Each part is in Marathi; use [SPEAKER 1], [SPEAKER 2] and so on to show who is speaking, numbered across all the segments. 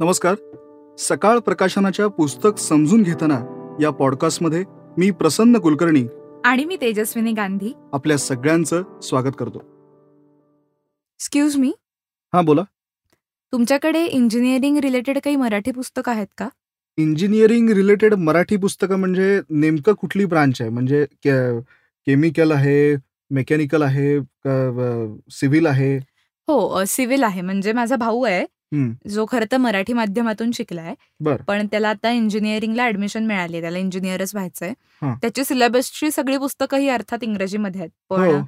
[SPEAKER 1] नमस्कार सकाळ प्रकाशनाच्या पुस्तक समजून घेताना या पॉडकास्टमध्ये मी प्रसन्न कुलकर्णी
[SPEAKER 2] आणि मी तेजस्विनी गांधी
[SPEAKER 1] आपल्या सगळ्यांचं स्वागत करतो
[SPEAKER 2] एक्सक्यूज मी
[SPEAKER 1] हां बोला
[SPEAKER 2] तुमच्याकडे इंजिनिअरिंग रिलेटेड काही मराठी पुस्तकं आहेत का
[SPEAKER 1] इंजिनिअरिंग रिलेटेड मराठी पुस्तकं म्हणजे नेमकं कुठली ब्रांच आहे म्हणजे के- केमिकल आहे मेकॅनिकल आहे क- व- सिव्हिल आहे
[SPEAKER 2] हो सिव्हिल आहे म्हणजे माझा भाऊ आहे
[SPEAKER 1] हं.
[SPEAKER 2] जो खरं तर मराठी माध्यमातून शिकलाय
[SPEAKER 1] बरं.
[SPEAKER 2] पण त्याला आता इंजिनिअरिंगला ऍडमिशन मिळाली त्याला इंजिनिअरच व्हायचंय
[SPEAKER 1] हां.
[SPEAKER 2] त्याची सिलेबसची सगळी पुस्तकं ही अर्थात इंग्रजीमध्ये आहेत
[SPEAKER 1] हो
[SPEAKER 2] पण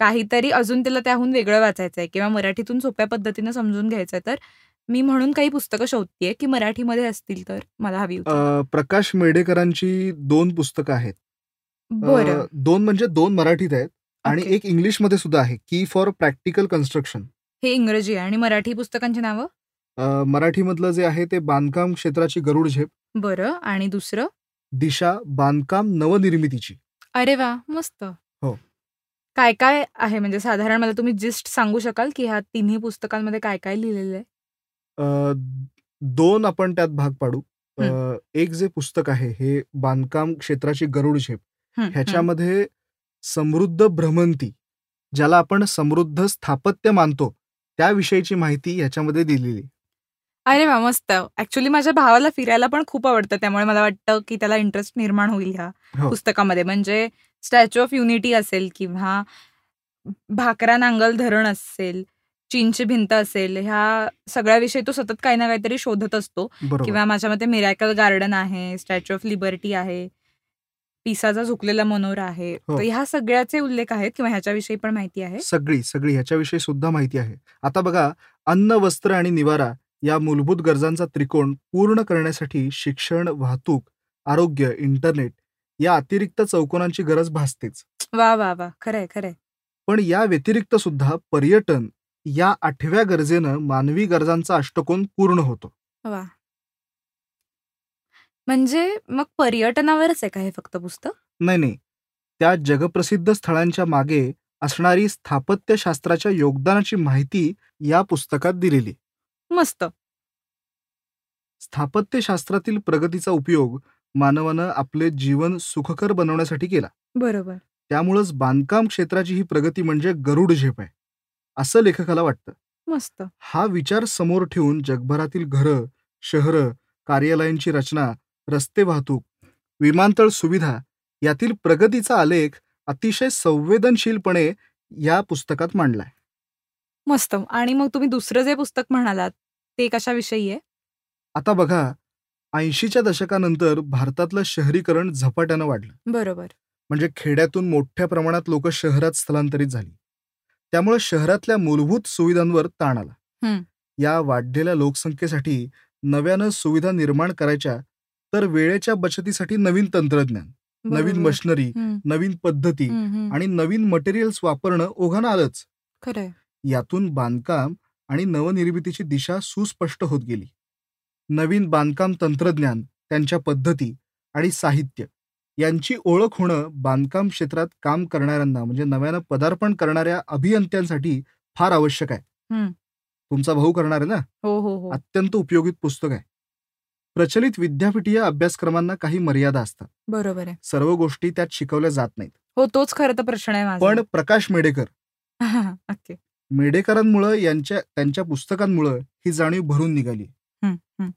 [SPEAKER 2] काहीतरी अजून त्याला त्याहून वेगळं वाचायचंय किंवा मराठीतून सोप्या पद्धतीने समजून घ्यायचंय तर मी म्हणून काही पुस्तकं शोधतीये की मराठीमध्ये असतील तर मला हवी होती
[SPEAKER 1] अ, प्रकाश मेडेकरांची दोन पुस्तकं आहेत अ,
[SPEAKER 2] बरं
[SPEAKER 1] दोन म्हणजे दोन मराठीत आहेत आणि
[SPEAKER 2] ओके.
[SPEAKER 1] एक इंग्लिशमध्ये सुद्धा आहे की फॉर प्रॅक्टिकल कन्स्ट्रक्शन
[SPEAKER 2] हे इंग्रजी आहे आणि मराठी पुस्तकांची नावं
[SPEAKER 1] मराठीमधलं जे आहे ते बांधकाम क्षेत्राची गरुड झेप
[SPEAKER 2] बरं आणि दुसरं
[SPEAKER 1] दिशा बांधकाम नवनिर्मितीची
[SPEAKER 2] अरे वा मस्त
[SPEAKER 1] हो.
[SPEAKER 2] काय काय आहे म्हणजे साधारण मला तुम्ही जिस्ट सांगू शकाल की ह्या तिन्ही पुस्तकांमध्ये काय काय लिहिलेलं आहे
[SPEAKER 1] अ, दोन आपण त्यात भाग पाडू अ, एक जे पुस्तक आहे हे बांधकाम क्षेत्राची गरुड झेप
[SPEAKER 2] हं, हं.
[SPEAKER 1] ह्याच्यामध्ये समृद्ध भ्रमंती ज्याला आपण समृद्ध स्थापत्य मानतो त्याविषयीची माहिती ह्याच्यामध्ये दिलेली
[SPEAKER 2] अरे वा मस्त ऍक्च्युली माझ्या भावाला फिरायला पण खूप आवडतं त्यामुळे मला वाटतं की त्याला इंटरेस्ट निर्माण होईल ह्या
[SPEAKER 1] हो.
[SPEAKER 2] पुस्तकामध्ये म्हणजे स्टॅच्यू ऑफ युनिटी असेल किंवा भाकरा नांगल धरण असेल चीनची भिंत असेल ह्या सगळ्याविषयी तो सतत काही ना काहीतरी शोधत असतो
[SPEAKER 1] बरोबर
[SPEAKER 2] किंवा माझ्या मते मिरॅकल गार्डन आहे स्टॅच्यू ऑफ लिबर्टी आहे पिसाचा झुकलेला मनोरा आहे
[SPEAKER 1] हो.
[SPEAKER 2] तर ह्या सगळ्याचे उल्लेख आहेत किंवा ह्याच्याविषयी पण माहिती आहे
[SPEAKER 1] सगळी सगळी ह्याच्याविषयी सुद्धा माहिती आहे आता बघा अन्न वस्त्र आणि निवारा या मूलभूत गरजांचा त्रिकोण पूर्ण करण्यासाठी शिक्षण वाहतूक आरोग्य इंटरनेट या अतिरिक्त चौकोनांची गरज भासतेच
[SPEAKER 2] वा वा वा खरंय खरंय
[SPEAKER 1] पण या व्यतिरिक्त सुद्धा पर्यटन या आठव्या गरजेनं मानवी गरजांचा अष्टकोन पूर्ण होतो
[SPEAKER 2] वा म्हणजे मग पर्यटनावरच आहे का हे फक्त पुस्तक
[SPEAKER 1] नाही नाही त्या जगप्रसिद्ध स्थळांच्या मागे असणारी स्थापत्यशास्त्राच्या योगदानाची माहिती या पुस्तकात दिलेली
[SPEAKER 2] मस्त
[SPEAKER 1] स्थापत्यशास्त्रातील प्रगतीचा उपयोग मानवानं आपले जीवन सुखकर बनवण्यासाठी केला
[SPEAKER 2] बरोबर
[SPEAKER 1] त्यामुळंच बांधकाम क्षेत्राची ही प्रगती म्हणजे गरुड झेप आहे असं लेखकाला वाटतं
[SPEAKER 2] मस्त
[SPEAKER 1] हा विचार समोर ठेवून जगभरातील घरं शहरं कार्यालयांची रचना रस्ते वाहतूक विमानतळ सुविधा यातील प्रगतीचा आलेख अतिशय संवेदनशीलपणे या पुस्तकात मांडलाय
[SPEAKER 2] मस्त आणि मग तुम्ही दुसरं जे पुस्तक म्हणालात ते कशाविषयी आहे
[SPEAKER 1] आता बघा ऐंशीच्या दशकानंतर भारतातलं शहरीकरण झपाट्यानं वाढलं
[SPEAKER 2] बरोबर
[SPEAKER 1] म्हणजे खेड्यातून मोठ्या प्रमाणात लोक शहरात स्थलांतरित झाली त्यामुळे शहरातल्या मूलभूत सुविधांवर ताण आला
[SPEAKER 2] हं.
[SPEAKER 1] या वाढलेल्या लोकसंख्येसाठी नव्यानं सुविधा निर्माण करायच्या तर वेळेच्या बचतीसाठी नवीन तंत्रज्ञान नवीन
[SPEAKER 2] बरोबर.
[SPEAKER 1] मशिनरी
[SPEAKER 2] हम्म,
[SPEAKER 1] नवीन पद्धती
[SPEAKER 2] हम्म, हम्म.
[SPEAKER 1] आणि नवीन मटेरियल्स वापरणं ओघानं आलंच
[SPEAKER 2] खरंय
[SPEAKER 1] यातून बांधकाम आणि नवनिर्मितीची दिशा सुस्पष्ट होत गेली नवीन बांधकाम तंत्रज्ञान त्यांच्या पद्धती आणि साहित्य यांची ओळख होणं बांधकाम क्षेत्रात काम करणाऱ्यांना म्हणजे नव्यानं पदार्पण करणाऱ्या अभियंत्यांसाठी फार आवश्यक आहे
[SPEAKER 2] हं.
[SPEAKER 1] तुमचा भाऊ करणार आहे ना
[SPEAKER 2] हो हो हो
[SPEAKER 1] अत्यंत उपयोगी पुस्तक आहे प्रचलित विद्यापीठीय अभ्यासक्रमांना काही मर्यादा असतात
[SPEAKER 2] बरोबर आहे
[SPEAKER 1] सर्व गोष्टी त्यात शिकवल्या जात नाहीत
[SPEAKER 2] हो तोच खरं तर प्रश्न आहे
[SPEAKER 1] पण
[SPEAKER 2] माझा
[SPEAKER 1] प्रकाश मेडेकर
[SPEAKER 2] पण ओके
[SPEAKER 1] मेडेकरांमुळं यांच्या त्यांच्या पुस्तकांमुळं ही जाणीव भरून निघाली
[SPEAKER 2] हं, हं.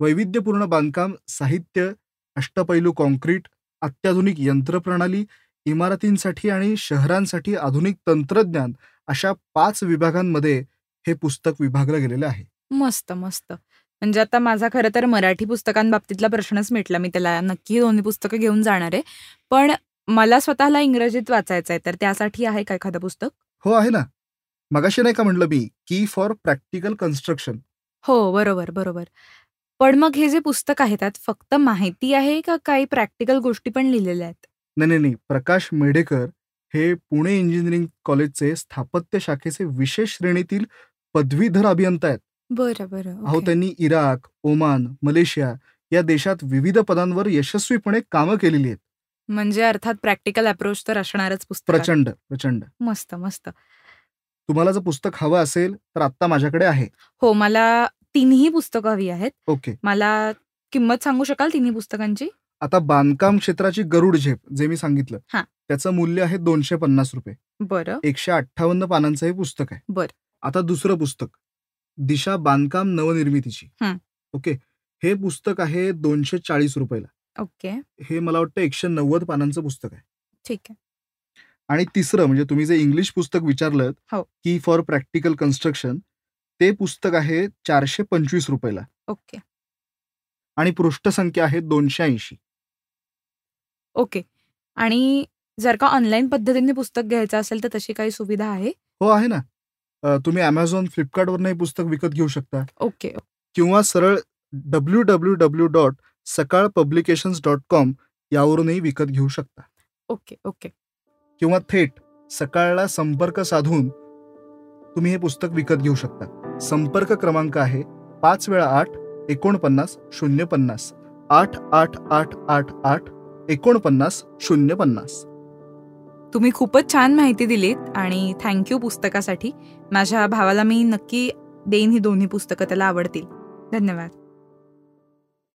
[SPEAKER 1] वैविध्यपूर्ण बांधकाम साहित्य अष्टपैलू कॉन्क्रीट अत्याधुनिक यंत्रप्रणाली इमारतींसाठी आणि शहरांसाठी आधुनिक तंत्रज्ञान अशा पाच विभागांमध्ये हे पुस्तक विभागलं गेलेलं आहे
[SPEAKER 2] मस्त मस्त म्हणजे आता माझा खरं तर मराठी पुस्तकांबाबतीतला प्रश्नच मिटला मी त्याला नक्की दोन्ही पुस्तकं घेऊन जाणार आहे पण मला स्वतःला इंग्रजीत वाचायचं आहे तर त्यासाठी आहे का एखादं पुस्तक
[SPEAKER 1] हो आहे ना मगाशी नाही का म्हणलं मी की फॉर प्रॅक्टिकल कन्स्ट्रक्शन
[SPEAKER 2] हो बरोबर बरोबर पण मग हे जे पुस्तक आहे त्यात फक्त माहिती आहे का काही प्रॅक्टिकल गोष्टी पण लिहिलेल्या आहेत
[SPEAKER 1] नाही नाही नाही प्रकाश मेढेकर हे पुणे इंजिनिअरिंग कॉलेजचे स्थापत्य शाखेचे विशेष श्रेणीतील पदवीधर अभियंता आहेत
[SPEAKER 2] बरं बरं
[SPEAKER 1] अहो त्यांनी इराक ओमान मलेशिया या देशात विविध पदांवर यशस्वीपणे कामं केलेली आहेत
[SPEAKER 2] म्हणजे अर्थात प्रॅक्टिकल अप्रोच तर असणारच पुस्तक
[SPEAKER 1] प्रचंड प्रचंड
[SPEAKER 2] मस्त मस्त
[SPEAKER 1] तुम्हाला जर पुस्तक हवं असेल तर आत्ता माझ्याकडे आहे
[SPEAKER 2] हो मला तिन्ही पुस्तकं हवी आहेत
[SPEAKER 1] ओके
[SPEAKER 2] मला किंमत सांगू शकाल तिन्ही पुस्तकांची
[SPEAKER 1] आता बांधकाम क्षेत्राची गरुड झेप जे मी सांगितलं
[SPEAKER 2] हा.
[SPEAKER 1] त्याचं मूल्य आहे दोनशे पन्नास रुपये
[SPEAKER 2] बरं
[SPEAKER 1] एकशे अठ्ठावन्न पानांचं हे पुस्तक आहे
[SPEAKER 2] बरं.
[SPEAKER 1] आता दुसरं पुस्तक दिशा बांधकाम नवनिर्मितीची
[SPEAKER 2] हं.
[SPEAKER 1] ओके हे पुस्तक आहे दोनशे चाळीस रुपयाला
[SPEAKER 2] ओके
[SPEAKER 1] हे मला वाटतं एकशे नव्वद पानांचं पुस्तक आहे
[SPEAKER 2] ठीक आहे
[SPEAKER 1] आणि तिसरं म्हणजे तुम्ही जे इंग्लिश पुस्तक विचारलं
[SPEAKER 2] हो.
[SPEAKER 1] की फॉर प्रॅक्टिकल कन्स्ट्रक्शन ते पुस्तक आहे चारशे पंचवीस रुपयाला
[SPEAKER 2] ओके
[SPEAKER 1] आणि पृष्ठसंख्या आहे दोनशे ऐंशी
[SPEAKER 2] ओके आणि जर का ऑनलाईन पद्धतीने पुस्तक घ्यायचं असेल तर तशी काही सुविधा आहे
[SPEAKER 1] हो आहे ना अ, तुम्ही अमेझॉन फ्लिपकार्टवरनं हे पुस्तक विकत घेऊ शकता
[SPEAKER 2] ओके
[SPEAKER 1] किंवा सरळ W W W dot Sakal publications dot com यावरूनही विकत घेऊ शकता
[SPEAKER 2] ओके ओके
[SPEAKER 1] किंवा थेट सकाळला संपर्क साधून तुम्ही हे पुस्तक विकत घेऊ शकता संपर्क क्रमांक आहे पाच वेळा आठ एकोणपन्नास शून्य पन्नास आठ आठ आठ आठ आठ एकोणपन्नास शून्य पन्नास
[SPEAKER 2] तुम्ही खूपच छान माहिती दिलीत आणि थँक्यू पुस्तकासाठी माझ्या भावाला मी नक्की देईन ही दोन्ही पुस्तकं त्याला आवडतील धन्यवाद